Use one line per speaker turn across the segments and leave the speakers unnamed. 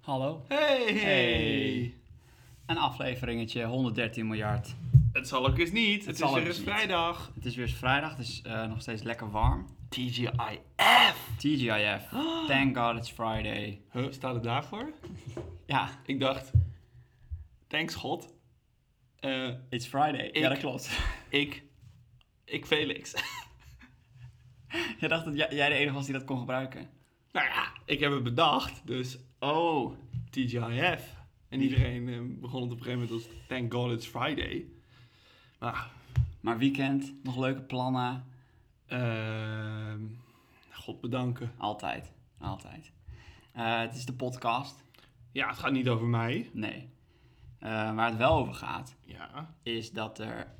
Hallo.
Hey.
Een afleveringetje, 113 miljard.
Het zal ook eens niet. Het,
zal
is
ook
weer
eens
eens
niet.
vrijdag.
Het is weer eens vrijdag, dus eh, nog steeds lekker warm.
TGIF.
TGIF. Thank God it's Friday.
Huh, staat het daarvoor?
Ja,
Ik dacht, thanks God. Eh,
it's Friday. Ja,
Ik-
dat klopt.
ik, ik Felix.
Je dacht dat jij jij de enige was die dat kon gebruiken.
nou ja, ik heb het bedacht. Dus, oh, TGIF. En iedereen eh, begon het op een gegeven moment als thank God it's Friday. Maar,
Maar weekend, nog leuke plannen.
ehm, God bedanken.
Altijd, altijd. Eh, het is de podcast.
Ja, het gaat niet over mij.
Nee. Eh, waar het wel over gaat,
Ja.
is dat er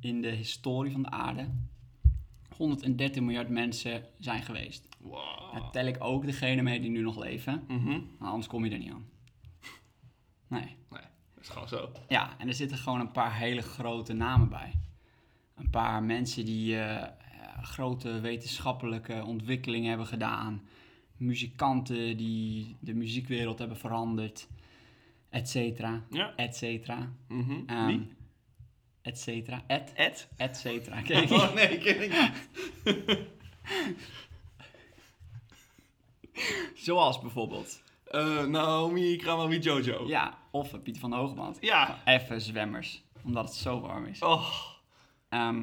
in de historie van de aarde 113 miljard mensen zijn geweest.
Wow.
Daar tel ik ook degene mee die nu nog leven.
Mhm.
Nou, anders kom je er niet aan. Nee.
Nee, dat is gewoon zo.
Ja, en er zitten gewoon een paar hele grote namen bij. Een paar mensen die eh, eh, grote wetenschappelijke ontwikkelingen hebben gedaan. Muzikanten die de muziekwereld hebben veranderd. Et cetera.
Ja.
Et cetera.
Mhm.
Ehm,
Wie?
et cetera. Et,
Ed?
et cetera. Ken je die?
Oh nee, ken ik niet.
Zoals bijvoorbeeld.
Eh, Naomi Kramami Jojo.
Ja, of Pieter van der Hogeband.
Ja.
Even zwemmers, omdat het zo warm is.
Oh.
Ehm,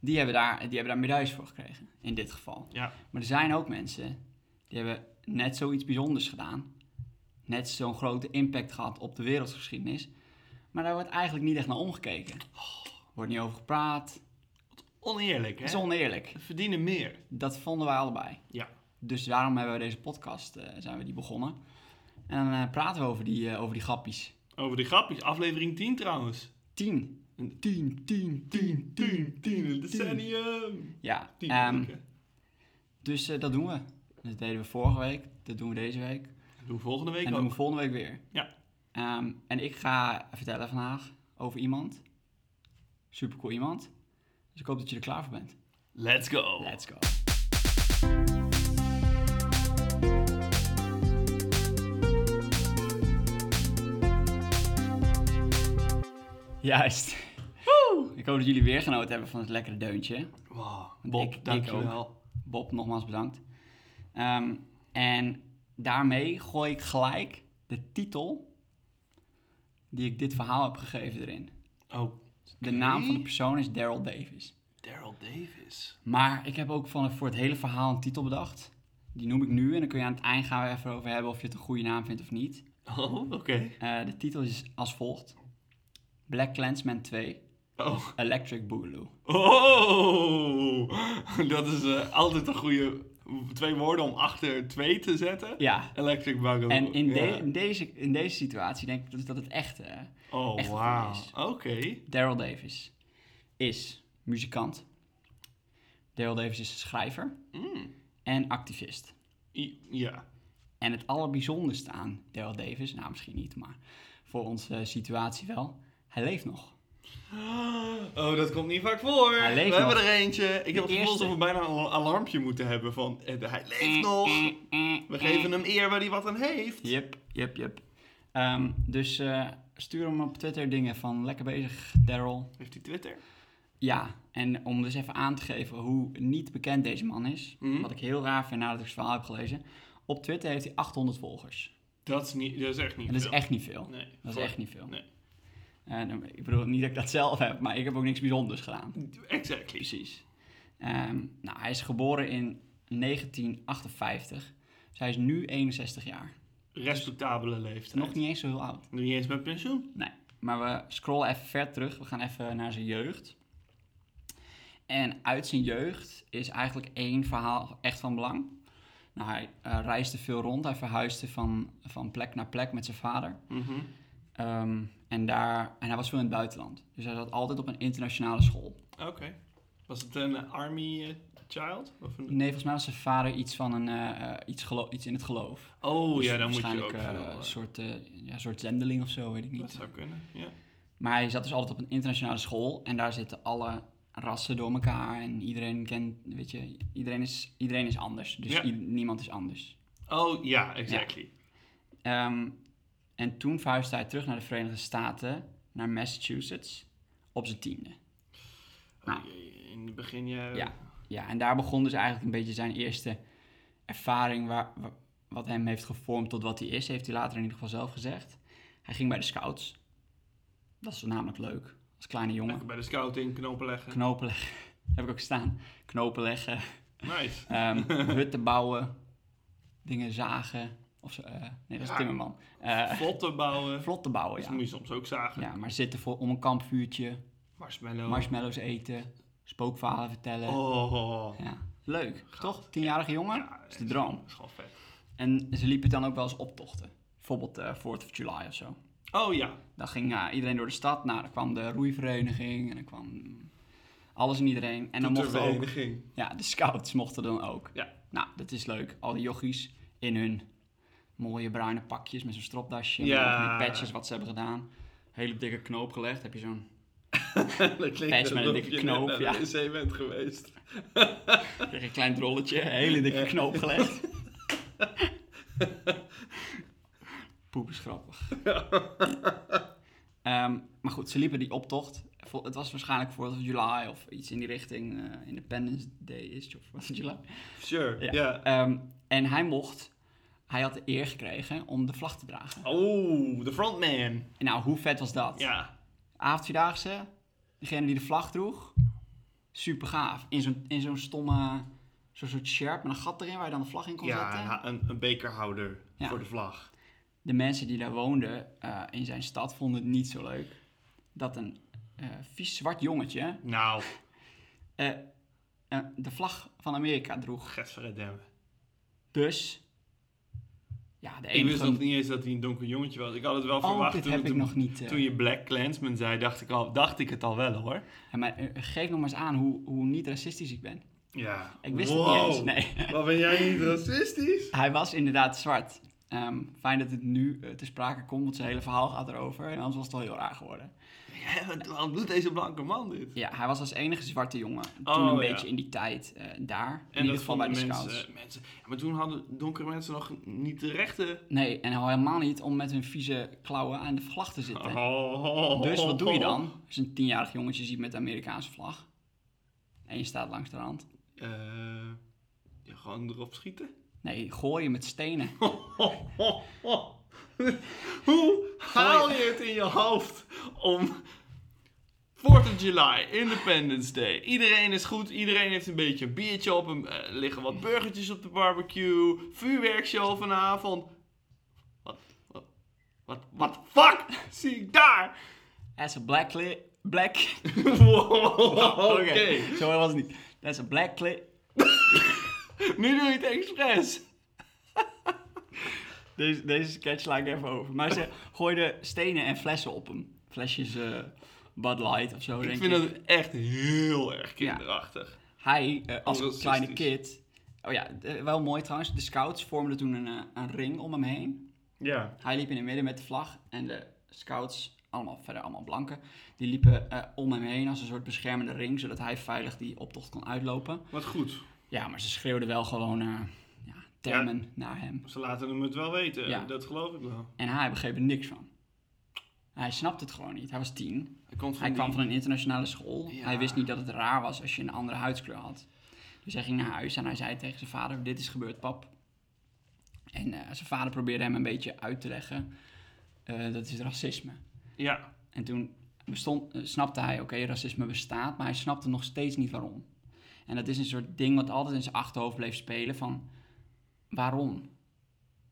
die, hebben daar, die hebben daar medailles voor gekregen, in dit geval.
Ja.
Maar er zijn ook mensen die hebben net zoiets bijzonders gedaan. Net zo'n grote impact gehad op de wereldgeschiedenis. Maar daar wordt eigenlijk niet echt naar omgekeken. Wordt niet over gepraat.
Oneerlijk, hè?
Het is oneerlijk.
We verdienen meer.
Dat vonden wij allebei.
Ja.
Dus daarom hebben we deze podcast, eh, zijn we die begonnen. En dan eh, praten we over die, eh, over die grappies.
Over die grapjes. Aflevering 10 trouwens.
10.
Een
10, 10, 10,
10, 10, een decennium.
Ja,
10
ehm,
weken.
dus eh, dat doen we. Dat deden we vorige week, dat doen we deze week.
Dat doen we volgende week
en dat doen
ook.
we volgende week weer.
Ja.
Ehm, en ik ga vertellen vandaag over iemand. Supercool iemand. Dus ik hoop dat je er klaar voor bent.
Let's go.
Let's go. Juist. Ik hoop dat jullie weer genoten hebben van het lekkere deuntje.
Wow. Bob,
Ik- ik
dankjewel.
Bob, nogmaals bedankt. Ehm, en daarmee gooi ik gelijk de titel die ik dit verhaal heb gegeven erin.
Oh,
De naam van de persoon is Daryl Davis.
Daryl Davis.
Maar ik heb ook van, voor het hele verhaal een titel bedacht. Die noem ik nu en dan kun je aan het eind gaan we even over hebben of je het een goede naam vindt of niet.
Oh, oké.
Eh, de titel is als volgt. Black Clansman 2,
Oh.
Electric Boogaloo.
oh, dat is eh, altijd een goede twee woorden om achter twee te zetten.
Ja,
Electric Boogaloo.
en in, de-
Ja.
in, deze, in deze situatie denk ik dus dat het echt... eh,
Oh,
echt een
wauw.
goeie is.
Oké.
Daryl Davis is muzikant. Daryl Davis is schrijver
Mm.
en activist.
I- Ja.
En het allerbijzonderste aan Daryl Davis, nou misschien niet, maar voor onze eh, situatie wel, hij leeft nog.
Oh, dat komt niet vaak voor.
Hij leeft
We
nog.
hebben er eentje. Ik heb het gevoel
eerste. Mm,
alsof we bijna een al- alarmpje moeten hebben van... eh, Hij leeft nog. We geven hem eer waar hij wat aan heeft.
Yep, yep, yep. Ehm, dus eh, stuur hem op Twitter dingen van lekker bezig, Daryl.
Heeft hij Twitter?
Ja, en om dus even aan te geven hoe niet bekend deze man is,
Mhm.
wat ik heel raar vind nadat ik het verhaal heb gelezen. Op Twitter heeft hij 800 volgers.
Dat is, niet, dat is echt niet
En dat is
veel.
echt niet veel.
Nee.
Dat is
Voor-
echt niet veel.
Nee.
Eh, nou, ik bedoel niet dat ik dat zelf heb, maar ik heb ook niks bijzonders gedaan.
Exactly.
Precies. Ehm, nou, hij is geboren in 1958. Dus hij is nu 61 jaar.
Respectabele leeftijd.
Nog niet eens zo heel oud.
Nog niet eens met pensioen.
Nee. Maar we scrollen even ver terug. We gaan even naar zijn jeugd. En uit zijn jeugd is eigenlijk één verhaal echt van belang. Nou, hij eh, reisde veel rond. Hij verhuisde van, van plek naar plek met zijn vader.
Mhm.
Ehm, en, daar, en hij was veel in het buitenland. Dus hij zat altijd op een internationale school.
Oké. Was het een army eh, child? Of een...
Nee, volgens mij was zijn vader iets van een, eh, eh, iets, gelo- iets in het geloof.
Oh,
Dus
ja, dan moet je ook
waarschijnlijk, eh,
veel, eh,
een soort, eh, ja, een soort zendeling of zo, weet ik
Dat
niet.
zou kunnen, ja.
Maar hij zat dus altijd op een internationale school en daar zitten alle rassen door elkaar en iedereen kent, weet je, iedereen is, iedereen is anders. Dus
Ja.
i- niemand is anders.
Oh, ja, exactly.
Ehm, en toen verhuisde hij terug naar de Verenigde Staten, naar Massachusetts, op zijn tiende. Nou.
In het begin jaren.
Ja. Ja, en daar begon dus eigenlijk een beetje zijn eerste ervaring, waar, wa- wat hem heeft gevormd tot wat hij is, heeft hij later in ieder geval zelf gezegd. Hij ging bij de scouts. Dat is namelijk leuk, als kleine jongen.
Lekker bij de scouting knopen leggen.
Knopen leggen, heb ik ook staan. Knopen leggen,
Nice.
Ehm, hutten bouwen, dingen zagen. Of zo, eh, nee, dat is
Ja.
Timmerman. Eh
Vlotten bouwen.
vlot te bouwen,
Dus moet
ja.
je soms ook zagen.
ja. Maar zitten voor, om een kampvuurtje,
Marshmallow.
marshmallows eten, spookverhalen vertellen.
oh.
Ja. Leuk,
Gaaf.
toch? Tienjarige jongen?
Ja,
dat is de droom.
Dat is gewoon vet.
En ze liepen dan ook wel eens optochten. Bijvoorbeeld eh 4th of July of zo.
Oh ja.
Dan ging eh, iedereen door de stad. Nou, dan kwam de roeivereniging en dan kwam alles en iedereen. En dan mochten ook
Toetervereniging.
Ja, de scouts mochten dan ook.
Ja.
Nou, dat is leuk. Al die jochies in hun mooie bruine pakjes met zo'n stropdasje.
Ja.
Ja. Met patches wat ze hebben gedaan. Hele dikke knoop gelegd. Heb je zo'n...
dat
Patch
klinkt
met een
alsof
dikke
je net
knoop,
naar
ja.
de wc bent geweest.
kreeg een klein rolletje. Hele dikke knoop gelegd. Poep is grappig. Ehm, maar goed, ze liepen die optocht. Vol- Het was waarschijnlijk 4th of July of iets in die richting. eh, Independence Day is of 4th of July.
Sure.
Ja.
Ja.
Ehm, en hij mocht, hij had de eer gekregen om de vlag te dragen.
Oh, de frontman.
En nou, hoe vet was dat?
Ja.
Avondvierdaagse, degene die de vlag droeg, super gaaf. In zo'n, in zo'n stomme, zo'n soort sjerp met een gat erin waar je dan de vlag in kon zetten.
Ja, een, een bekerhouder
eh? Ja.
voor de vlag.
De mensen die daar woonden eh, in zijn stad vonden het niet zo leuk. Dat een eh, vies zwart jongetje
Nou,
eh, eh, de vlag van Amerika droeg.
getverdamme.
Dus, ja, de
Ik wist nog
enige...
niet eens dat hij een donker jongetje was. Ik had het wel
Oh,
verwacht
dit
toen,
heb
het-
ik nog niet. eh,
toen je Black Clansman zei, dacht ik, al, dacht ik het al wel hoor.
Ja, maar eh, geef nog maar eens aan hoe, hoe niet racistisch ik ben.
Ja.
Ik wist het
Wow.
niet eens. Nee.
Wat ben jij niet racistisch?
Hij was inderdaad zwart. Ehm, fijn dat het nu eh, te sprake komt, want zijn hele verhaal gaat erover. En anders was het al heel raar geworden.
Ja, wat- waarom doet deze blanke man dit?
Ja, hij was als enige zwarte jongen toen
Oh,
een
ja.
beetje in die tijd eh, daar. in
En
ieder
dat
geval bij de
vonden
scouts.
mensen, mensen. Ja, maar toen hadden donkere mensen nog niet de rechten.
Nee, en al helemaal niet om met hun vieze klauwen aan de vlag te zitten.
Oh.
Dus wat doe je dan? Als je een tienjarig jongetje ziet met de Amerikaanse vlag. En je staat langs de rand.
Eh, ja, gewoon erop schieten.
Nee, gooi je met stenen.
Hoe haal je het in je hoofd om 4th of July, Independence Day. Iedereen is goed, iedereen heeft een beetje een biertje op, hem, eh, liggen wat burgertjes op de barbecue, vuurwerkshow vanavond. Wat, wat, wat, wat fuck zie ik daar?
As a black, li- black
Wow, oké.
Oké, zo was het niet. Dat is een black clip.
Nu doe je het expres.
Deze, deze sketch sla ik even over. Maar ze gooiden stenen en flessen op hem. Flesjes eh, Bud Light of zo, denk
Ik
ik.
vind dat echt heel erg kinderachtig.
Hij, eh, als
Racistisch.
kleine kid... Oh ja, eh, wel mooi trouwens. De scouts vormden toen een, eh, een ring om hem heen.
Ja.
Hij liep in het midden met de vlag. En de scouts, allemaal, verder allemaal blanken, die liepen eh, om hem heen als een soort beschermende ring. Zodat hij veilig die optocht kon uitlopen.
Wat goed.
Ja, maar ze schreeuwden wel gewoon eh, ja, termen naar hem.
Ze laten hem het wel weten.
Ja.
Dat geloof ik wel.
En hij begreep er niks van. Hij snapte het gewoon niet. Hij was tien.
Hij komt van
Hij
die-
kwam van een internationale school.
Ja.
Hij wist niet dat het raar was als je een andere huidskleur had. Dus hij ging naar huis en hij zei tegen zijn vader: Dit is gebeurd, pap. En eh, zijn vader probeerde hem een beetje uit te leggen: eh, Dat is racisme.
Ja.
En toen bestond, eh, snapte hij: Oké, racisme bestaat, maar hij snapte nog steeds niet waarom. En dat is een soort ding wat altijd in zijn achterhoofd bleef spelen: van waarom?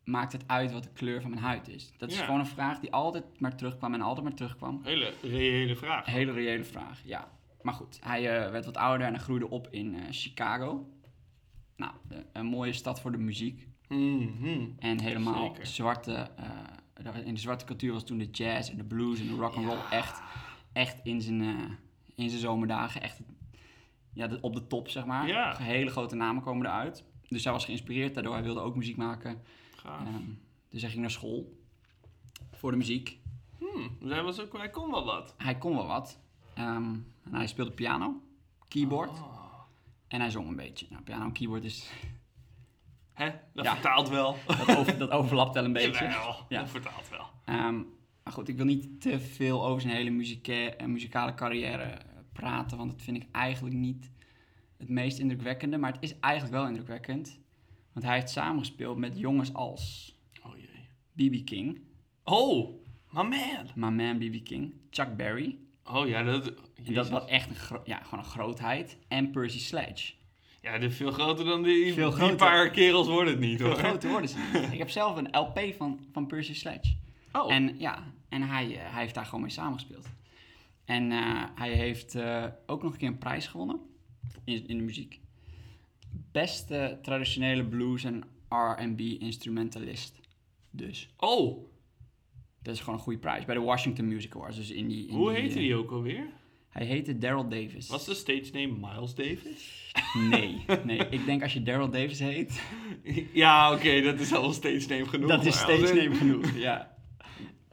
Maakt het uit wat de kleur van mijn huid is? Dat is
Ja.
gewoon een vraag die altijd maar terugkwam en altijd maar terugkwam.
Hele reële vraag.
Een hele reële vraag, ja. Maar goed, hij eh, werd wat ouder en hij groeide op in eh, Chicago. Nou, de- een mooie stad voor de muziek.
Mhm.
En helemaal
Zeker.
zwarte, eh, daar- in de zwarte cultuur was toen de jazz en de blues en de rock and roll echt, echt in zijn, eh, in zijn zomerdagen echt ja, de- op de top, zeg maar.
Ja.
Hele grote namen komen eruit. Dus hij was geïnspireerd daardoor, hij wilde ook muziek maken.
Gaaf.
Ehm, dus hij ging naar school voor de muziek.
Hmm, dus hij, was ook, hij kon wel wat.
Hij kon wel wat. Ehm, en hij speelde piano, keyboard
Oh.
en hij zong een beetje. Nou, piano en keyboard is
Hè? Dat
Ja.
vertaalt wel.
Dat, over- dat overlapt wel een beetje.
Jawel,
Ja.
dat vertaalt wel.
Ehm, maar goed, ik wil niet te veel over zijn hele muzika- eh, muzikale carrière eh, praten, want dat vind ik eigenlijk niet het meest indrukwekkende. Maar het is eigenlijk wel indrukwekkend, want hij heeft samengespeeld met jongens als
Oh jee.
B.B. King,
Oh, my man.
My Man B.B. King, Chuck Berry,
Oh ja, dat...
en dat
Jezus.
was echt een, gro- ja, gewoon een grootheid, en Percy Sledge.
Ja, dit is veel groter dan die,
Veel
die
groter.
paar kerels wordt het niet
Veel
hoor.
groter worden ze niet. Ik heb zelf een LP van, van Percy Sledge.
Oh,
En ja, en hij, eh, hij heeft daar gewoon mee samengespeeld. En eh, hij heeft eh, ook nog een keer een prijs gewonnen in, in de muziek. Beste traditionele blues en R&B instrumentalist. Dus,
oh
dat is gewoon een goede prijs. Bij de Washington Music Awards. Dus in die, in
hoe
die,
heette
eh,
die ook alweer?
Hij heette Daryl Davis.
Was de stage name Miles Davis?
Nee, nee. Ik denk als je Daryl Davis heet,
ja, oké, dat is al een stage name genoeg.
dat is
maar als
steeds
in-
neem genoeg. Ja.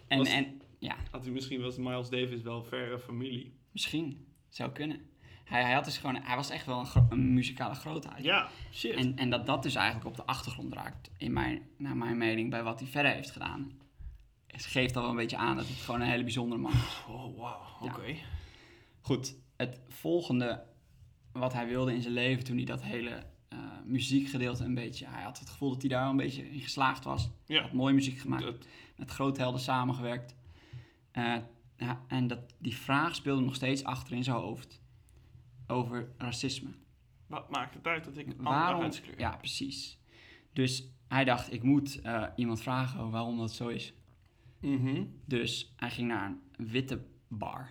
En,
Was-
en ja,
Had hij misschien was Miles Davis wel verre familie.
misschien. Zou kunnen. Hij, hij, had dus gewoon, hij was echt wel een, gro- een muzikale grootheid.
Ja, shit.
En, en dat dat dus eigenlijk op de achtergrond raakt, in mijn, naar mijn mening, bij wat hij verder heeft gedaan. Het geeft al wel een beetje aan dat het gewoon een hele bijzondere man is.
oh, wauw,
Ja.
oké.
Goed, het volgende wat hij wilde in zijn leven toen hij dat hele eh, muziekgedeelte een beetje... Hij had het gevoel dat hij daar wel een beetje in geslaagd was. Hij
Ja,
had mooie muziek gemaakt,
dat-
met groothelden samengewerkt. Eh, ja, en dat, die vraag speelde nog steeds achter in zijn hoofd. Over racisme.
wat maakt het uit dat ik een andere
Waarom?
huidskleur heb?
Ja, precies. Dus hij dacht, ik moet eh, iemand vragen waarom dat zo is.
Mhm.
Dus hij ging naar een witte bar.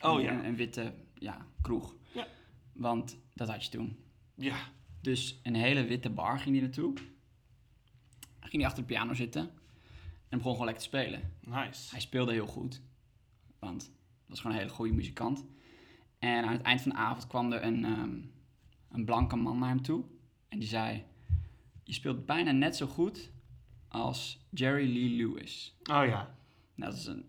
Oh
een,
ja.
Een, een witte ja, kroeg.
Ja.
Want dat had je toen.
Ja,
Dus een hele witte bar ging hij naartoe. Ging hij achter de piano zitten. En begon gewoon lekker te spelen.
nice.
Hij speelde heel goed, want hij was gewoon een hele goede muzikant. En aan het eind van de avond kwam er een, ehm, een blanke man naar hem toe. En die zei, je speelt bijna net zo goed als Jerry Lee Lewis.
Oh ja.
Nou, dat is een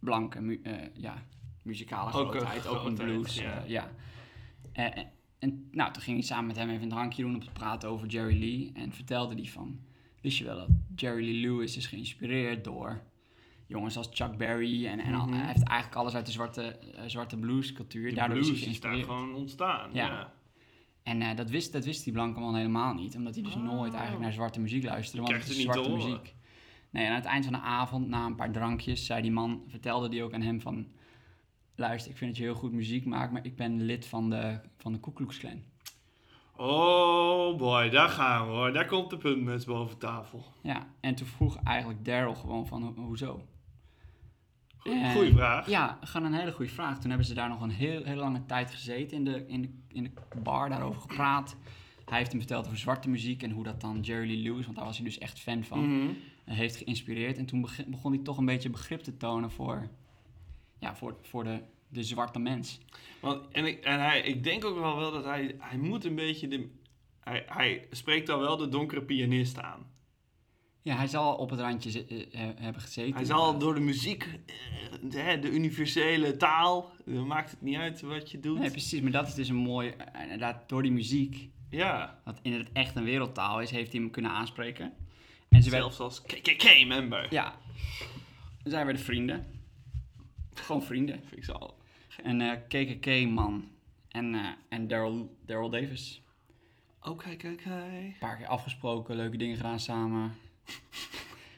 blanke mu- eh, ja, muzikale
Ook een
grootheid, ook een
grootheid,
blues.
ja.
eh, ja. Eh, en, en nou, toen ging hij samen met hem even een drankje doen om te praten over Jerry Lee. En vertelde die van, wist je wel dat Jerry Lee Lewis is geïnspireerd door jongens als Chuck Berry. En, en al-
Mhm.
hij heeft eigenlijk alles uit de zwarte, eh, zwarte bluescultuur.
De
Daardoor is hij
blues is daar
geïnspireerd.
gewoon ontstaan.
Ja.
Ja.
En eh, dat, wist, dat wist die blanke man helemaal niet. Omdat hij dus
Oh.
nooit eigenlijk naar zwarte muziek luisterde.
Je
Want het is
krijgt het niet
zwarte
te horen.
muziek. Nee, en aan het eind van de avond, na een paar drankjes, zei die man, vertelde die ook aan hem van... Luister, ik vind dat je heel goed muziek maakt, maar ik ben lid van de, van de Ku Klux Klan.
Oh boy, daar gaan we hoor. Daar komt de puntmuts boven tafel.
Ja, en toen vroeg eigenlijk Daryl gewoon van, "Ho- hoezo?
Goeie,
Eh,
goeie vraag.
Ja, gewoon een hele goede vraag. Toen hebben ze daar nog een heel, heel lange tijd gezeten in de, in, de, in de bar, daarover gepraat. Hij heeft hem verteld over zwarte muziek en hoe dat dan Jerry Lee Lewis, want daar was hij dus echt fan van,
Mhm.
eh, heeft geïnspireerd. En toen beg- begon hij toch een beetje begrip te tonen voor, ja, voor, voor de, de zwarte mens.
Want, en ik, en hij, ik denk ook wel, wel dat hij, hij moet een beetje de... Hij, hij spreekt dan wel de donkere pianist aan.
Ja, hij zal op het randje zi- eh, eh, hebben gezeten.
Hij zal
inderdaad.
door de muziek, eh, de, hè, de universele taal, dan maakt het niet uit wat je doet.
Nee, precies, maar dat is dus een mooi... eh, Inderdaad, door die muziek,
ja,
wat in het echt een wereldtaal is, heeft hij hem kunnen aanspreken. En ze werd
zelfs als KKK-member.
Ja. Zij werden vrienden. Gewoon vrienden. eh,
Vind ik zo al.
Een KKK-man en, eh, en Daryl Daryl Davis.
Oké, Oh, kijk,
Een paar keer afgesproken, leuke dingen gedaan samen.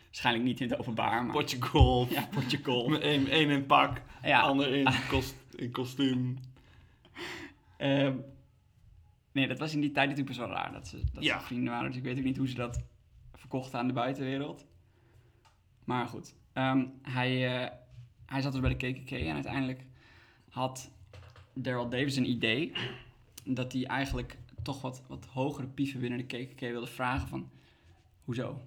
Waarschijnlijk niet in het openbaar, maar...
Potje golf.
Ja, potje kool.
Eén één in pak,
Ja.
ander in, kost, in kostuum.
Ehm, nee, dat was in die tijd natuurlijk best wel raar dat ze, dat
Ja.
ze vrienden waren. Dus ik weet ook niet hoe ze dat verkochten aan de buitenwereld. Maar goed, ehm, hij, eh, hij zat dus bij de KKK en uiteindelijk had Daryl Davis een idee dat hij eigenlijk toch wat, wat hogere pieven binnen de KKK wilde vragen van, hoezo?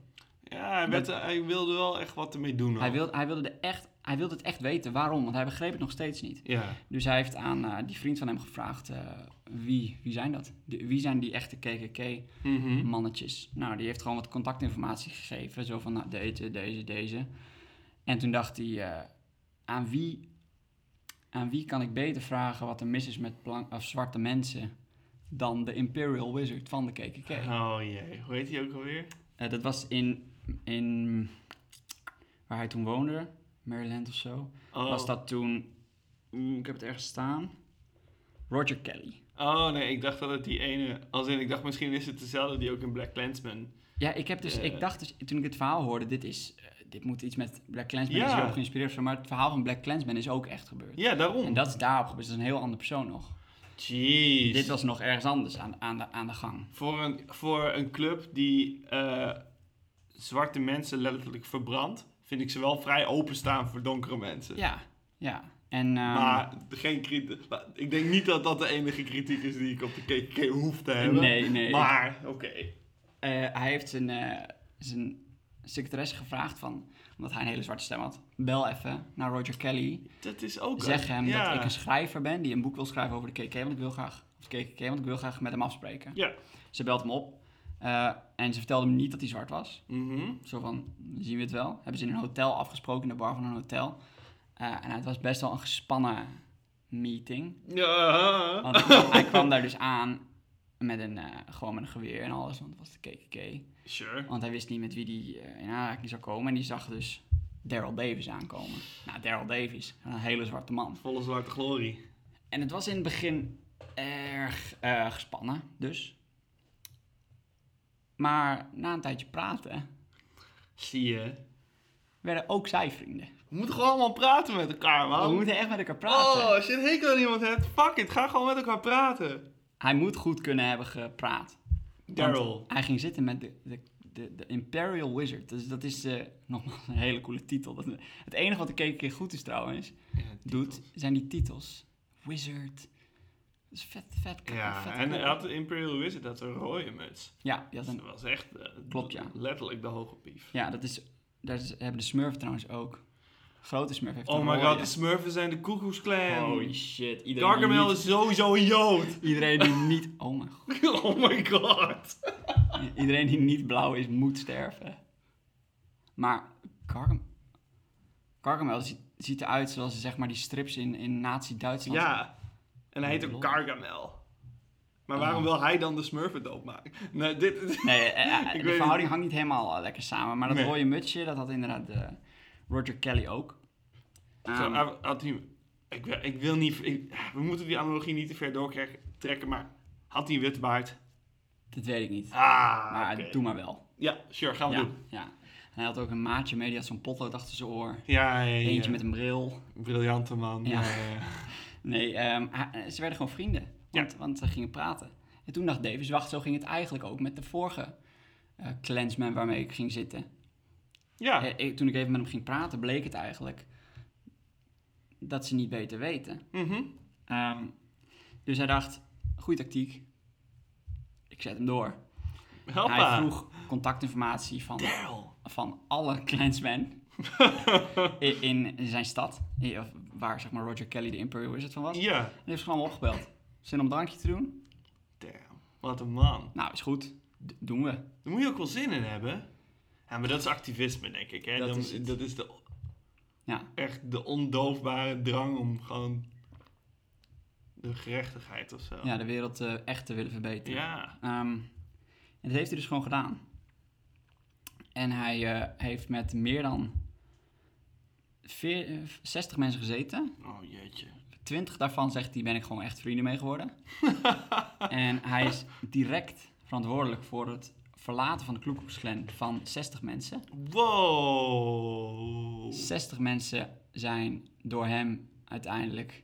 Ja, hij, werd, hij wilde wel echt wat ermee doen.
Hij
ook.
wilde, hij, wilde er echt, hij wilde het echt weten waarom, want hij begreep het nog steeds niet.
Ja.
Dus hij heeft aan eh, die vriend van hem gevraagd, eh, wie, wie zijn dat? De- wie zijn die echte KKK-mannetjes?
Mhm.
Nou, die heeft gewoon wat contactinformatie gegeven. Zo van, nou, deze, deze, deze. En toen dacht hij, eh, aan, wie, aan wie kan ik beter vragen wat er mis is met blan- of zwarte mensen... dan de Imperial Wizard van de KKK.
Oh jee, hoe heet hij ook alweer?
Eh, dat was in, in waar hij toen woonde, Maryland of zo.
Oh.
Was dat toen, Oeh, ik heb het ergens staan, Roger Kelly.
Oh nee, ik dacht dat het die ene... Als in, ik dacht misschien is het dezelfde die ook in Black Clansman...
Ja, ik, heb dus,
Eh.
ik dacht dus toen ik het verhaal hoorde, dit, is, eh, dit moet iets met Black Clansman
Ja.
is hierop geïnspireerd zijn. Maar het verhaal van Black Clansman is ook echt gebeurd.
Ja, daarom.
En dat is daarop gebeurd, dat is een heel ander persoon nog.
Jeez.
Dit was nog ergens anders aan, aan, de, aan de gang.
Voor een, voor een club die eh, zwarte mensen letterlijk verbrandt, vind ik ze wel vrij openstaan voor donkere mensen.
Ja, ja. En, ehm,
Maar geen kritiek. maar Ik denk niet dat dat de enige kritiek is die ik op de KK hoef te hebben.
Nee, nee.
eh, Maar, oké.
Eh, hij heeft zijn, eh, zijn secretaresse gevraagd van, omdat hij een hele zwarte stem had, bel even naar Roger Kelly.
Dat is ook.
Zeg hem
ja.
dat ik een schrijver ben die een boek wil schrijven over de KK, want ik wil graag, of de KKK, want ik wil graag met hem afspreken.
Ja.
Ze belt hem op eh, en ze vertelde hem niet dat hij zwart was.
Mhm.
Zo van, zien we het wel. Hebben ze in een hotel afgesproken, in de bar van een hotel. Eh, en het was best wel een gespannen meeting.
Ja.
Want hij kwam daar dus aan met een, eh, gewoon met een geweer en alles, want het was de KKK.
Sure.
Want hij wist niet met wie die eh, in aanraking zou komen. En die zag dus Daryl Davis aankomen. Nou, Daryl Davis, een hele zwarte man.
Volle zwarte glorie.
En het was in het begin erg eh, gespannen, dus. Maar na een tijdje praten
Zie je.
werden ook zij vrienden.
We moeten gewoon allemaal praten met elkaar, man.
We moeten echt met elkaar praten.
Oh, als je een hekel aan iemand hebt, fuck it. Ga gewoon met elkaar praten.
Hij moet goed kunnen hebben gepraat. Want
Daryl.
Hij ging zitten met de, de, de, de Imperial Wizard. Dus dat is eh, nogmaals een hele coole titel. Dat- het enige wat de keer keer goed is trouwens, doet, zijn die titels. Wizard. Dat is vet, vet.
Ja,
vet cool.
en hij had de Imperial Wizard, dat een rode muts.
ja, die had
Dat
een,
was echt eh,
Klopt, ja.
letterlijk de hoge pief.
ja, dat is, daar is- hebben de Smurf trouwens ook. Grote Smurf heeft
Oh
een
my
rode. Oh,
god, de Smurfen zijn de koekoeksclan.
Holy shit. Iedereen
Gargamel
die
is sowieso een jood.
niet, Iedereen die niet... Oh mijn god.
oh my god.
Iedereen die niet blauw is, moet sterven. Maar Gargam Gargamel ziet, ziet eruit zoals zeg maar die strips in, in Nazi-Duitsland.
Ja, en hij heet ook
Lol.
Gargamel. Maar
Oh.
waarom wil hij dan de Smurfen doodmaken? Nee, dit...
Nee, eh, eh,
Ik
de
weet
verhouding hangt niet helemaal eh, lekker samen. Maar dat
Nee.
rode mutsje, dat had inderdaad eh, Roger Kelly ook.
Zo,
Ehm,
had- had hij- ik, wil- ik wil niet... ik- we moeten die analogie niet te ver doortrekken, maar... Had hij een witte baard?
dat weet ik niet.
Ah,
maar
oké.
doe maar wel.
Ja, sure, gaan we
Ja,
doen.
ja. En hij had ook een maatje mee, die had zo'n potlood achter zijn oor.
Ja, ja, ja.
Eentje met een bril.
Briljante man. eh,
Ja.
Ja, ja, ja.
Nee, ehm, ha- eh, ze werden gewoon vrienden. Want, want ze gingen praten. En toen dacht Davis, wacht, zo ging het eigenlijk ook met de vorige eh clansman waarmee ik ging zitten.
Ja.
Eh, ik- toen ik even met hem ging praten, bleek het eigenlijk dat ze niet beter weten.
mhm.
Ehm, dus hij dacht, goede tactiek. Ik zet hem door. Hij
Helpa.
vroeg contactinformatie van,
Daryl.
van alle clansmen in, in zijn stad. eh, of Waar zeg maar Roger Kelly de Imperial Wizard van was. En
Ja.
hij heeft ze gewoon allemaal opgebeld. Zin om een drankje te doen?
Damn. Wat een man.
Nou, is goed. D- doen we.
Daar moet je ook wel zin in hebben. Ja, maar dat is activisme, denk ik. Hè?
Dat
Dan-
is het.
dat is de,
Ja.
echt de ondoofbare drang om gewoon de gerechtigheid of zo.
Ja, de wereld eh, echt te willen verbeteren.
Ja.
Ehm, en dat heeft hij dus gewoon gedaan. En hij eh, heeft met meer dan veer- eh, 60 mensen gezeten.
Oh jeetje.
20 daarvan zegt hij, ben ik gewoon echt vrienden mee geworden. en hij is direct verantwoordelijk voor het verlaten van de Ku Klux Klan van 60 mensen.
Wow.
60 mensen zijn door hem uiteindelijk,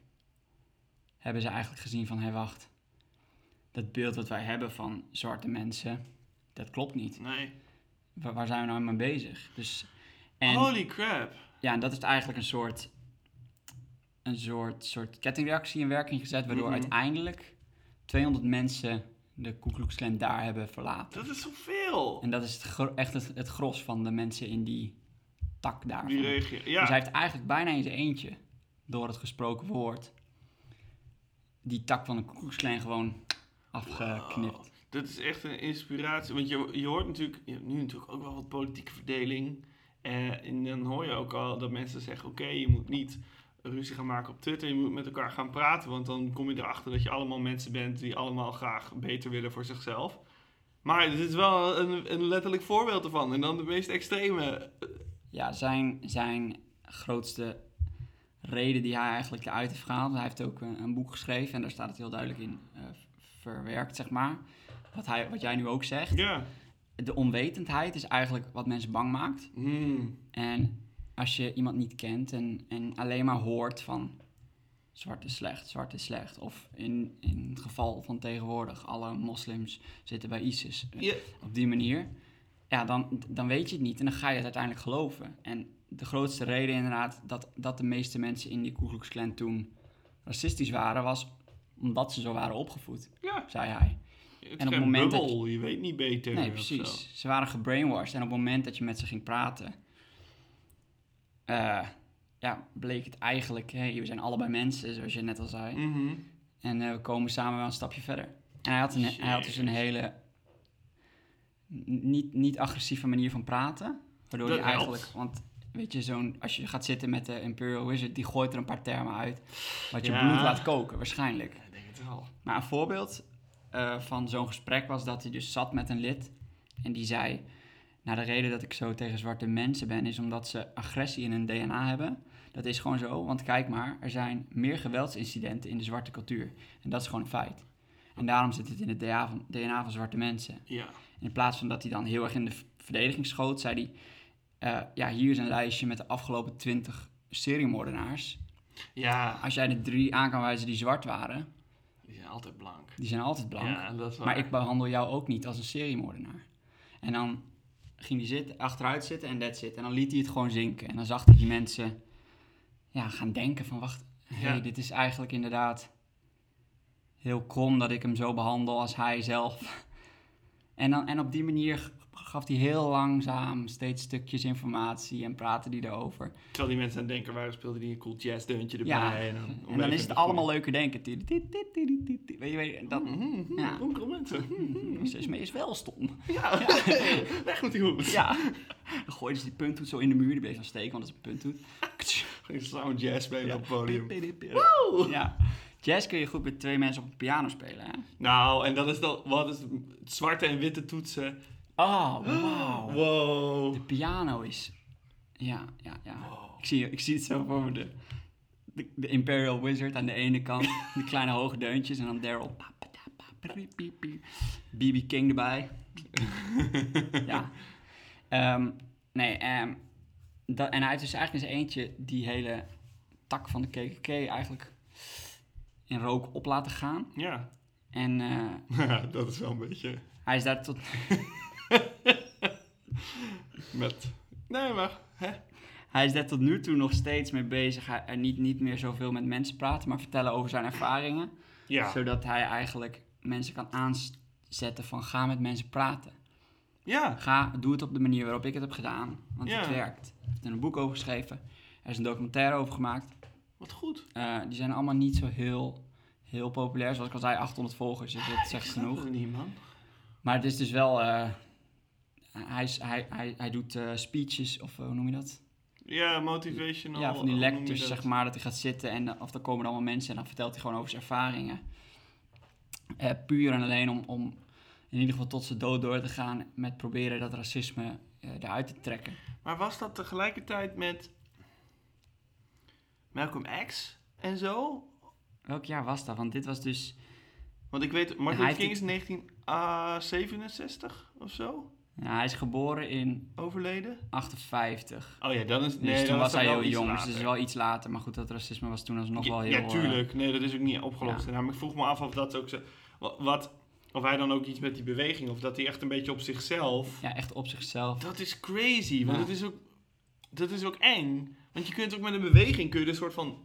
hebben ze eigenlijk gezien van, hé hey, wacht, dat beeld wat wij hebben van zwarte mensen, dat klopt niet.
Nee.
Wa- waar zijn we nou mee bezig? Dus, en
Holy crap.
ja, en dat is eigenlijk een soort, een soort, soort kettingreactie in werking gezet, waardoor
Mhm.
uiteindelijk 200 mensen de Ku Klux Klan daar hebben verlaten.
Dat is zoveel.
En dat is het gro- echt het, het gros van de mensen in die tak daar.
Die regio. Ja.
Dus hij heeft eigenlijk bijna in zijn eentje, door het gesproken woord, die tak van de Ku Klux Klan gewoon afgeknipt.
Wow. Dat is echt een inspiratie. Want je, je hoort natuurlijk, je hebt nu natuurlijk ook wel wat politieke verdeling. Eh, en dan hoor je ook al dat mensen zeggen: oké, je moet niet eh, ruzie gaan maken op Twitter. Je moet met elkaar gaan praten, want dan kom je erachter dat je allemaal mensen bent die allemaal graag beter willen voor zichzelf. Maar dit is wel een, een letterlijk voorbeeld ervan. En dan de meest extreme.
Ja, zijn, zijn grootste reden die hij eigenlijk eruit heeft gehaald. Hij heeft ook eh, een, een boek geschreven en daar staat het heel duidelijk in eh, verwerkt, zeg maar. Wat, hij, wat jij nu ook zegt.
Ja.
De onwetendheid is eigenlijk wat mensen bang maakt.
Hmm.
En als je iemand niet kent en, en alleen maar hoort van zwart is slecht, zwart is slecht. Of in, in het geval van tegenwoordig, alle moslims zitten bij ISIS. Eh,
Ja.
Op die manier. Ja, dan, dan weet je het niet en dan ga je het uiteindelijk geloven. En de grootste reden inderdaad dat, dat de meeste mensen in die Ku Klux Klan toen racistisch waren, was omdat ze zo waren opgevoed,
ja.
zei hij.
Het is
op
geen
moment dat-
bubbel, je weet niet beter.
Nee,
of zo.
precies. Ze waren gebrainwashed. En op het moment dat je met ze ging praten, eh, ja, bleek het eigenlijk, hey, we zijn allebei mensen, zoals je net al zei.
Mhm.
En eh, we komen samen wel een stapje verder. En hij had, een, hij had dus een hele n- niet, niet agressieve manier van praten. Waardoor
Dat
hij
helpt.
eigenlijk, want weet je, zo'n, als je gaat zitten met de Imperial Wizard, die gooit er een paar termen uit. Wat je
Ja.
bloed laat koken, waarschijnlijk.
Ik denk het wel.
Maar Nou, een voorbeeld eh, van zo'n gesprek was dat hij dus zat met een lid en die zei: Nou, de reden dat ik zo tegen zwarte mensen ben is omdat ze agressie in hun DNA hebben. Dat is gewoon zo, want kijk maar, er zijn meer geweldsincidenten in de zwarte cultuur. En dat is gewoon een feit. En daarom zit het in het DNA van, DNA van zwarte mensen.
Ja.
In plaats van dat hij dan heel erg in de v- verdediging schoot, zei hij: eh, Ja, hier is een lijstje met de afgelopen 20 seriemoordenaars.
Ja.
Als jij er drie aan kan wijzen die zwart waren,
Die zijn altijd blank.
die zijn altijd blank.
Ja, dat is waar.
Maar ik behandel jou ook niet als een seriemoordenaar. En dan ging hij zitten, achteruit zitten en that's it. En dan liet hij het gewoon zinken. En dan zag hij die mensen ja, gaan denken van... wacht, hey,
Ja.
dit is eigenlijk inderdaad heel krom dat ik hem zo behandel als hij zelf. En, dan, en op die manier gaf hij heel langzaam steeds stukjes informatie en praatte hij erover.
Terwijl die mensen aan het denken waren, speelde die een cool jazzdeuntje erbij.
Ja,
en dan,
En dan is het allemaal leuke denken. Weet je, weet je, dat Ja.
Ja. Donkere mensen. Mhm, mhm.
is, is wel stom.
Ja, weg met die hoed.
Ja. Dan gooiden ze die punttoet zo in de muur. Die bleef dan steken, want dat is een punttoet.
Ging sound jazz spelen op het podium.
Ja. ja. Jazz kun je goed met twee mensen op een piano spelen, hè?
Nou, en dat is dan, wat is het? zwarte en witte toetsen.
Oh, wauw.
Wow.
De piano is... Ja, ja, ja. Ik, zie, ik zie het zo voor me. De, de, de Imperial Wizard aan de ene kant. die kleine hoge deuntjes. En dan Daryl. Pa, pa, da, pa, pri, pi, pi. BB King erbij. ja. Ehm, nee, ehm, dat, en hij heeft dus eigenlijk eens eentje die hele tak van de KKK eigenlijk in rook op laten gaan.
Ja,
En eh,
dat is wel een beetje
hij is daar tot...
met... Nee, maar... Hè?
Hij is daar tot nu toe nog steeds mee bezig. Hij, en niet, niet meer zoveel met mensen praten, maar vertellen over zijn ervaringen.
Ja.
Zodat hij eigenlijk mensen kan aanzetten van ga met mensen praten.
Ja.
Ga, doe het op de manier waarop ik het heb gedaan. Want
Ja.
het werkt. Hij heeft er een boek over geschreven. Er is een documentaire over gemaakt.
Wat goed.
Eh, die zijn allemaal niet zo heel, heel populair. Zoals ik al zei, 800 volgers is dat zegt
Snap
genoeg.
het niet, man.
Maar het is dus wel... eh, hij, is- hij, hij, hij doet eh, speeches of eh, hoe noem je dat?
Ja, motivational.
Ja, van die
hoe noem je
lectures,
dat?
zeg maar, dat hij gaat zitten en dan- of dan komen er allemaal mensen en dan vertelt hij gewoon over zijn ervaringen. Eh, puur en alleen om, om in ieder geval tot zijn dood door te gaan met proberen dat racisme eh, eruit te trekken.
Maar was dat tegelijkertijd met Malcolm X en zo?
Welk jaar was dat? Want dit was dus.
Want ik weet, Martin
Hij
Luther King is in 1967 of zo
Nou, hij is geboren in
overleden.
58.
Oh ja, dan is
Dus
dan
toen
is
was
dat
hij
wel
heel
iets
jong, dus
later.
dat is wel iets later. Maar goed, dat racisme was toen alsnog wel heel...
ja,
eh,
tuurlijk. Nee, dat is ook niet opgelost.
ja.
daarna. Maar ik vroeg me af of dat ook zo. wa- Wat, of hij dan ook iets met die beweging, of dat hij echt een beetje op zichzelf.
ja, echt op zichzelf.
Dat is crazy, want
Ja.
dat, is ook, dat is ook eng. Want je kunt ook met een beweging, kun je er een soort van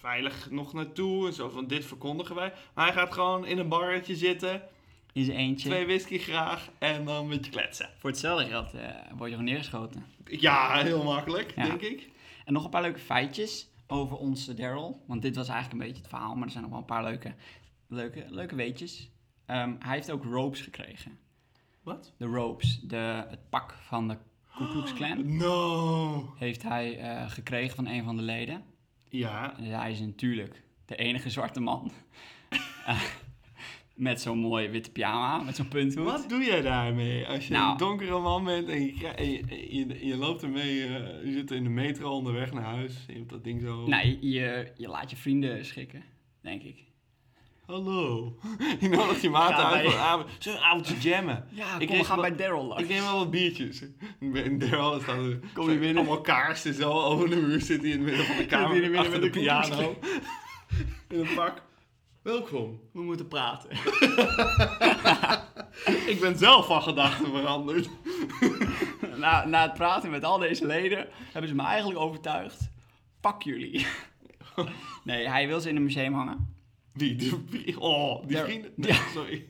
veilig nog naartoe en zo van dit verkondigen wij. Maar hij gaat gewoon in een barretje zitten,
In zijn eentje.
twee whisky graag en dan een beetje kletsen.
Voor hetzelfde geld eh, word je gewoon neergeschoten.
Ja, heel makkelijk,
Ja.
denk ik.
En nog een paar leuke feitjes over onze Daryl. Want dit was eigenlijk een beetje het verhaal, maar er zijn nog wel een paar leuke, leuke, leuke weetjes. Ehm, hij heeft ook ropes gekregen.
Wat?
De ropes, de, het pak van de Ku Klux Klan,
No.
heeft hij eh, gekregen van een van de leden.
Ja,
En hij is natuurlijk de enige zwarte man. Eh, met zo'n mooie witte pyjama, met zo'n punthoed.
Wat doe jij daarmee? Als je
Nou.
een donkere man bent en je, krij- en je, en je, en je loopt ermee, eh, je zit in de metro onderweg naar huis. En je hebt dat ding zo.
Nee, je, je laat je vrienden schikken, denk ik.
Hallo. Je nodigt je maat
Ga
uit
bij-
voor een avond. Zullen we een avondje jammen?
Ja,
Ik
kom, we
kreeg
gaan
wel-
bij Daryl langs.
Ik neem wel wat biertjes. En Daryl staat er.
Kom je binnen?
Allemaal kaarsen zo over de muur zit hij in het midden van de kamer.
binnen
achter
met
de
een
piano. in een pak. Welkom.
We moeten praten.
Ik ben zelf van gedachten veranderd.
na, na het praten met al deze leden hebben ze me eigenlijk overtuigd. Pak jullie. nee, hij wil ze in een museum hangen.
Wie? Die, die- oh, die
Daryl.
vrienden. Nee, sorry.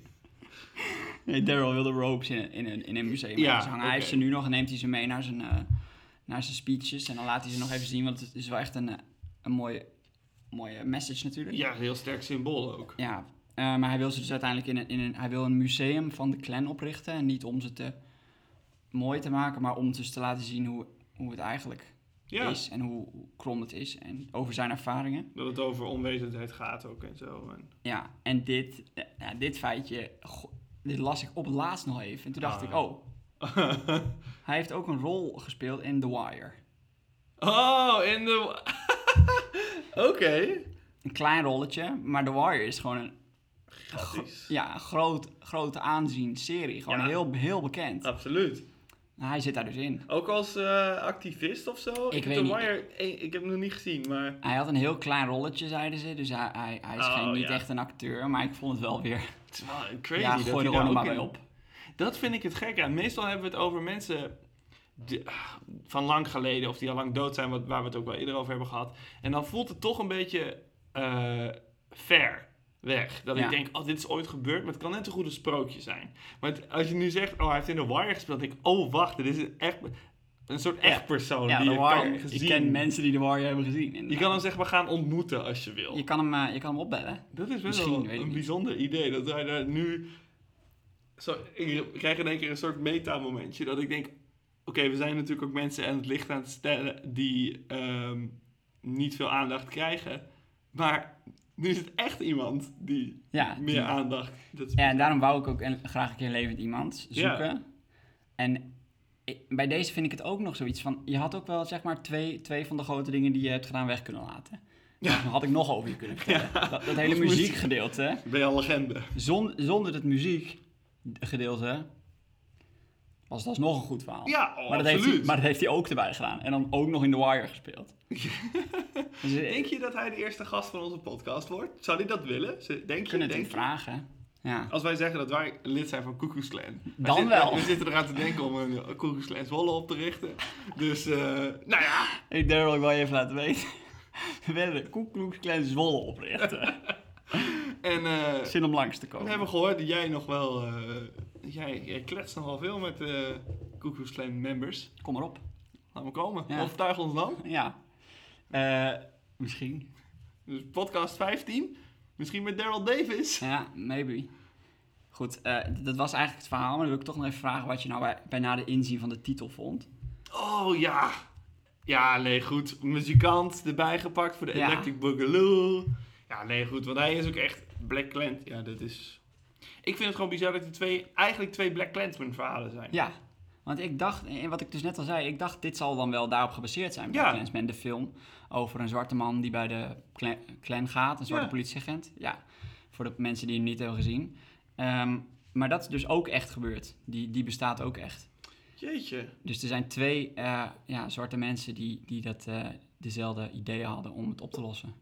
Nee, Daryl wil de ropes in, een- in, een, in een museum
Ja,
laten hangen. Hij
oké.
heeft ze nu nog en neemt hij ze mee naar zijn, eh, naar zijn speeches. En dan laat hij ze nog even zien, want het is wel echt een, eh, een mooie, mooie message natuurlijk.
Ja, heel sterk symbool ook.
Ja, eh, maar hij wil ze dus uiteindelijk in een, in een... Hij wil een museum van de clan oprichten. En niet om ze te mooi te maken, maar om dus te laten zien hoe, hoe het eigenlijk
Ja.
is. En hoe, hoe krom het is. En over zijn ervaringen.
Dat het over onwetendheid gaat ook en zo. En...
Ja, en dit, eh, ja, dit feitje... go- dit las ik op het laatst nog even. En toen dacht
Ah.
ik, oh, hij heeft ook een rol gespeeld in The Wire.
oh, in de. Oké.
Een klein rolletje, maar The Wire is gewoon een,
Gigantisch.
ja, een groot, groot aanzien serie. Gewoon
Ja.
heel, heel bekend.
Absoluut.
Hij zit daar dus in.
Ook als eh, activist of zo?
Ik
heb
weet
The
niet.
Wire, ik, ik heb hem nog niet gezien, maar...
Hij had een heel klein rolletje, zeiden ze. Dus hij, hij, hij is
Oh,
geen, niet
ja.
echt een acteur. Maar ik vond het wel weer...
Het is wel crazy
ja,
dat
gooi
hij
er
daar
gewoon
ook
maar
in- Oh,
bij op.
Dat vind ik het gek aan. Meestal hebben we het over mensen die- ah, van lang geleden of die al lang dood zijn, wat, waar we het ook wel eerder over hebben gehad. En dan voelt het toch een beetje eh ver weg. Dat
Ja.
ik denk, oh, dit is ooit gebeurd, maar het kan net een goede sprookje zijn. Maar het- als je nu zegt, oh, hij heeft in The Wire gespeeld, dan denk ik, oh, wacht, dit is een, echt, een soort echt persoon
Ja,
die
The
je
Wire.
kan gezien.
Ik ken mensen die The Wire hebben gezien.
je
inderdaad.
kan hem zeg maar gaan ontmoeten als je wil.
je, kan hem, eh, je kan hem opbellen.
Dat is best
Misschien,
wel
weet ik
een
niet.
bijzonder idee. Dat hij daar nu. Zo, ik krijg in één keer een soort meta-momentje. Dat ik denk: oké, we zijn natuurlijk ook mensen aan het licht aan het stellen. die ehm, niet veel aandacht krijgen. Maar nu is het echt iemand die
Ja,
meer
die-
aandacht. Dat is-
Ja, en daarom wou ik ook een- graag een keer levend iemand zoeken. En ik- bij deze vind ik het ook nog zoiets van... Je had ook wel zeg maar twee, twee van de grote dingen die je hebt gedaan weg kunnen laten.
Ja.
Dan had ik nog over je kunnen vertellen. Dat, dat hele
Of moest-
muziekgedeelte.
Ben je al legende?
Zon, zonder het muziekgedeelte was dat nog een goed verhaal.
Ja, oh,
maar, dat heeft
absoluut.
hij, maar dat heeft hij ook erbij gedaan. En dan ook nog in The Wire gespeeld. Dus, eh,
Denk je dat hij de eerste gast van onze podcast wordt? Zou hij dat willen? Ze- Denk
we
je,
kunnen het
denk
hem
je?
vragen. Ja.
Als wij zeggen dat wij lid zijn van Koekoeksclan.
Dan wel.
We zitten eraan te denken om een Koekoeksclan Zwolle op te richten. Dus, eh, nou ja.
Ik Daryl, ik wil je even laten weten. We willen de Koek Klux Klan Zwolle oprichten.
En eh,
Zin om langs te
we
komen.
hebben gehoord dat jij nog wel... eh, jij, jij kletst nogal veel met eh Koekoeksclan members.
Kom maar op.
Laat me komen.
Ja.
Overtuig ons dan.
Ja. Eh, misschien.
Dus podcast 15. Misschien met Daryl Davis.
Ja, maybe. Goed, eh, d- dat was eigenlijk het verhaal. Maar dan wil ik toch nog even vragen wat je nou bij, bij na de inzien van de titel vond.
Oh ja. Ja, nee, goed. Muzikant erbij gepakt voor de
Ja.
Electric Boogaloo. Ja, nee, goed. Want hij is ook echt Black Clan. Ja, dat is... Ik vind het gewoon bizar dat die twee... Eigenlijk twee Black Clansman verhalen zijn.
Ja, want ik dacht, en wat ik dus net al zei, ik dacht dit zal dan wel daarop gebaseerd zijn.
Ja.
Ja. Klansman, de film over een zwarte man die bij de clan, clan gaat, een zwarte
Ja.
politieagent. Ja, voor de mensen die hem niet hebben gezien. Ehm, maar dat is dus ook echt gebeurd. Die, die bestaat ook echt.
Jeetje.
Dus er zijn twee eh, ja, zwarte mensen die, die dat, eh, dezelfde ideeën hadden om het op te lossen.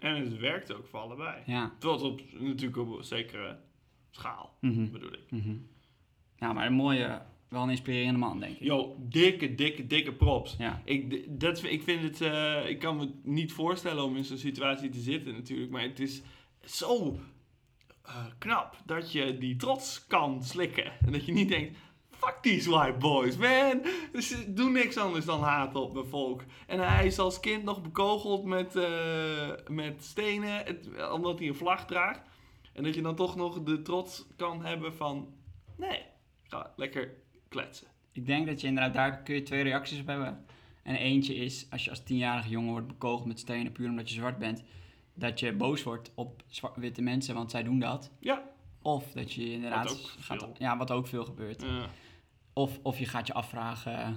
En het werkt ook voor allebei.
Ja.
Tot op, natuurlijk op een zekere schaal,
Mhm.
bedoel ik.
Mhm. Nou, maar een mooie, wel een inspirerende man, denk ik.
Yo, dikke, dikke, dikke props.
Ja.
Ik, d- dat, ik, vind het, eh, ik kan me het niet voorstellen om in zo'n situatie te zitten natuurlijk. Maar het is zo eh, knap dat je die trots kan slikken. En dat je niet denkt, fuck these white boys, man. Ze doen niks anders dan haat op mijn volk. En hij is als kind nog bekogeld met, eh, met stenen, het- omdat hij een vlag draagt. En dat je dan toch nog de trots kan hebben van, nee, ga lekker kletsen.
Ik denk dat je inderdaad, daar kun je twee reacties op hebben. En eentje is, als je als tienjarige jongen wordt bekogeld met stenen puur omdat je zwart bent, dat je boos wordt op zwart- witte mensen, want zij doen dat.
Ja.
Of dat je inderdaad...
Wat ook
gaat,
veel.
ja, wat ook veel gebeurt.
Ja.
Of, of je gaat je afvragen, eh,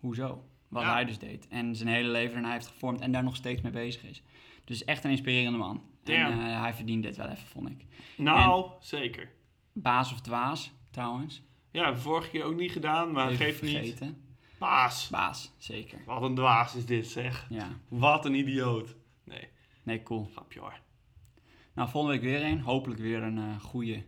hoezo? Wat
Ja.
hij dus deed. En zijn hele leven en hij heeft gevormd en daar nog steeds mee bezig is. Dus echt een inspirerende man. En
Damn.
eh, hij verdient dit wel even, vond ik.
Nou, zeker.
Baas of dwaas, trouwens.
Ja, vorige keer ook niet gedaan, maar
Even
geeft niet.
vergeten.
Paas.
Baas, zeker.
Wat een dwaas is dit, zeg.
Ja,
Wat een idioot. Nee,
nee, cool.
grapje hoor.
Nou, volgende week weer een. Hopelijk weer een eh goede,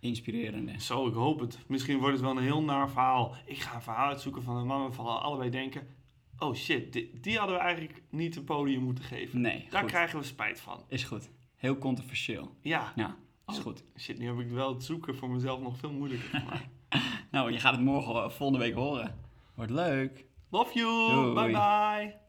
inspirerende.
Zo, ik hoop het. Misschien wordt het wel een heel naar verhaal. Ik ga een verhaal uitzoeken van een man waarvan we allebei denken... Oh shit, di- die, hadden we eigenlijk niet een podium moeten geven.
Nee,
Daar
goed.
krijgen we spijt van.
Is goed. Heel controversieel.
Ja,
Ja, is
Oh.
goed.
shit, nu heb ik wel het zoeken voor mezelf nog veel moeilijker gemaakt.
Nou, je gaat het morgen, eh, volgende week horen. Wordt leuk.
Love you,
Doei.
bye bye.